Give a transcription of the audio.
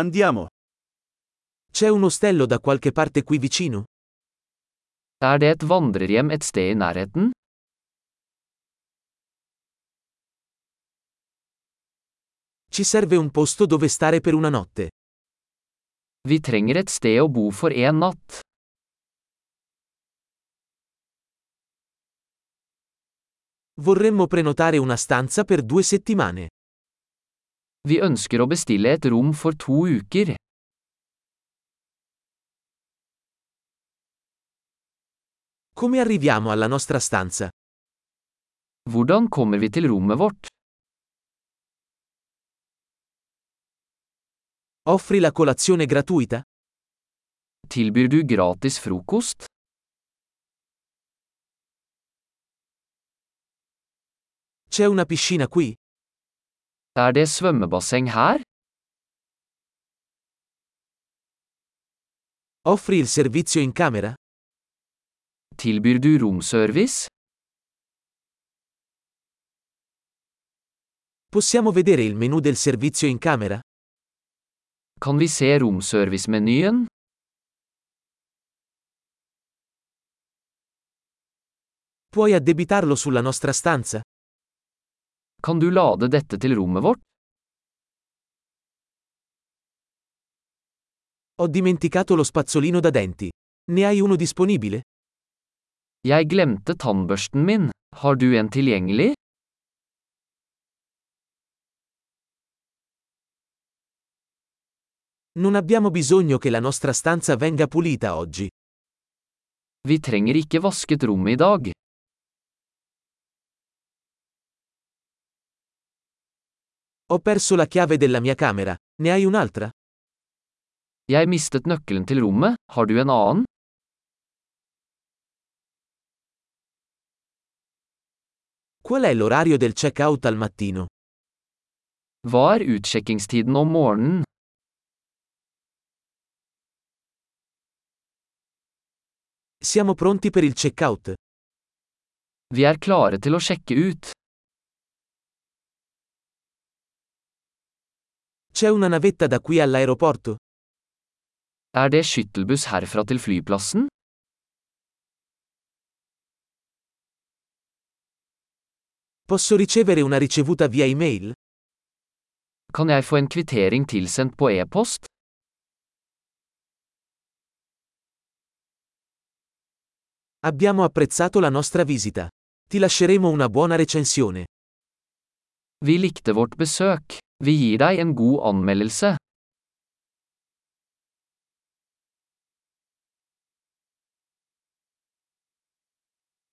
Andiamo. C'è un ostello da qualche parte qui vicino? Er det et vandrerhjem et sted i nærheten? Ci serve un posto dove stare per una notte. Vi trenger et sted å bo for én natt. Vorremmo prenotare una stanza per due settimane. Vi ønsker å bestille et rom for to uker. Come arriviamo alla nostra stanza? Hvordan kommer vi til rommet vårt? Offri la colazione gratuita? Tilbyr du gratis frokost? C'è una piscina qui? Er det svømmebasseng her? Offri il servizio in camera? Tilbyr du romservice? Possiamo vedere il menu del servizio in camera? Kan vi se romservice-menyen? Puoi addebitarlo sulla nostra stanza? Kan du lade dette til rommet vårt? Ho dimenticato lo spazzolino da denti. Ne hai uno disponibile? Jeg glemte tannbørsten min. Har du en tilgjengelig? Non abbiamo bisogno che la nostra stanza venga pulita oggi. Vi trenger ikke vasket rommet i dag. Ho perso la chiave della mia camera. Ne hai un'altra? Jeg mistet nøkkelen til rommet, har du en annen? Qual è l'orario del check-out al mattino? Hva er utsjekkingstiden om morgenen? Siamo pronti per il check-out. Vi er klare til å sjekke ut. C'è una navetta da qui all'aeroporto? Er det skyttelbuss herfra til flyplassen? Posso ricevere una ricevuta via email? Kan jeg få en kvittering tilsendt på e-post? Abbiamo apprezzato la nostra visita. Ti lasceremo una buona recensione. Vi likte vårt besøk. Vi gir deg en god anmeldelse.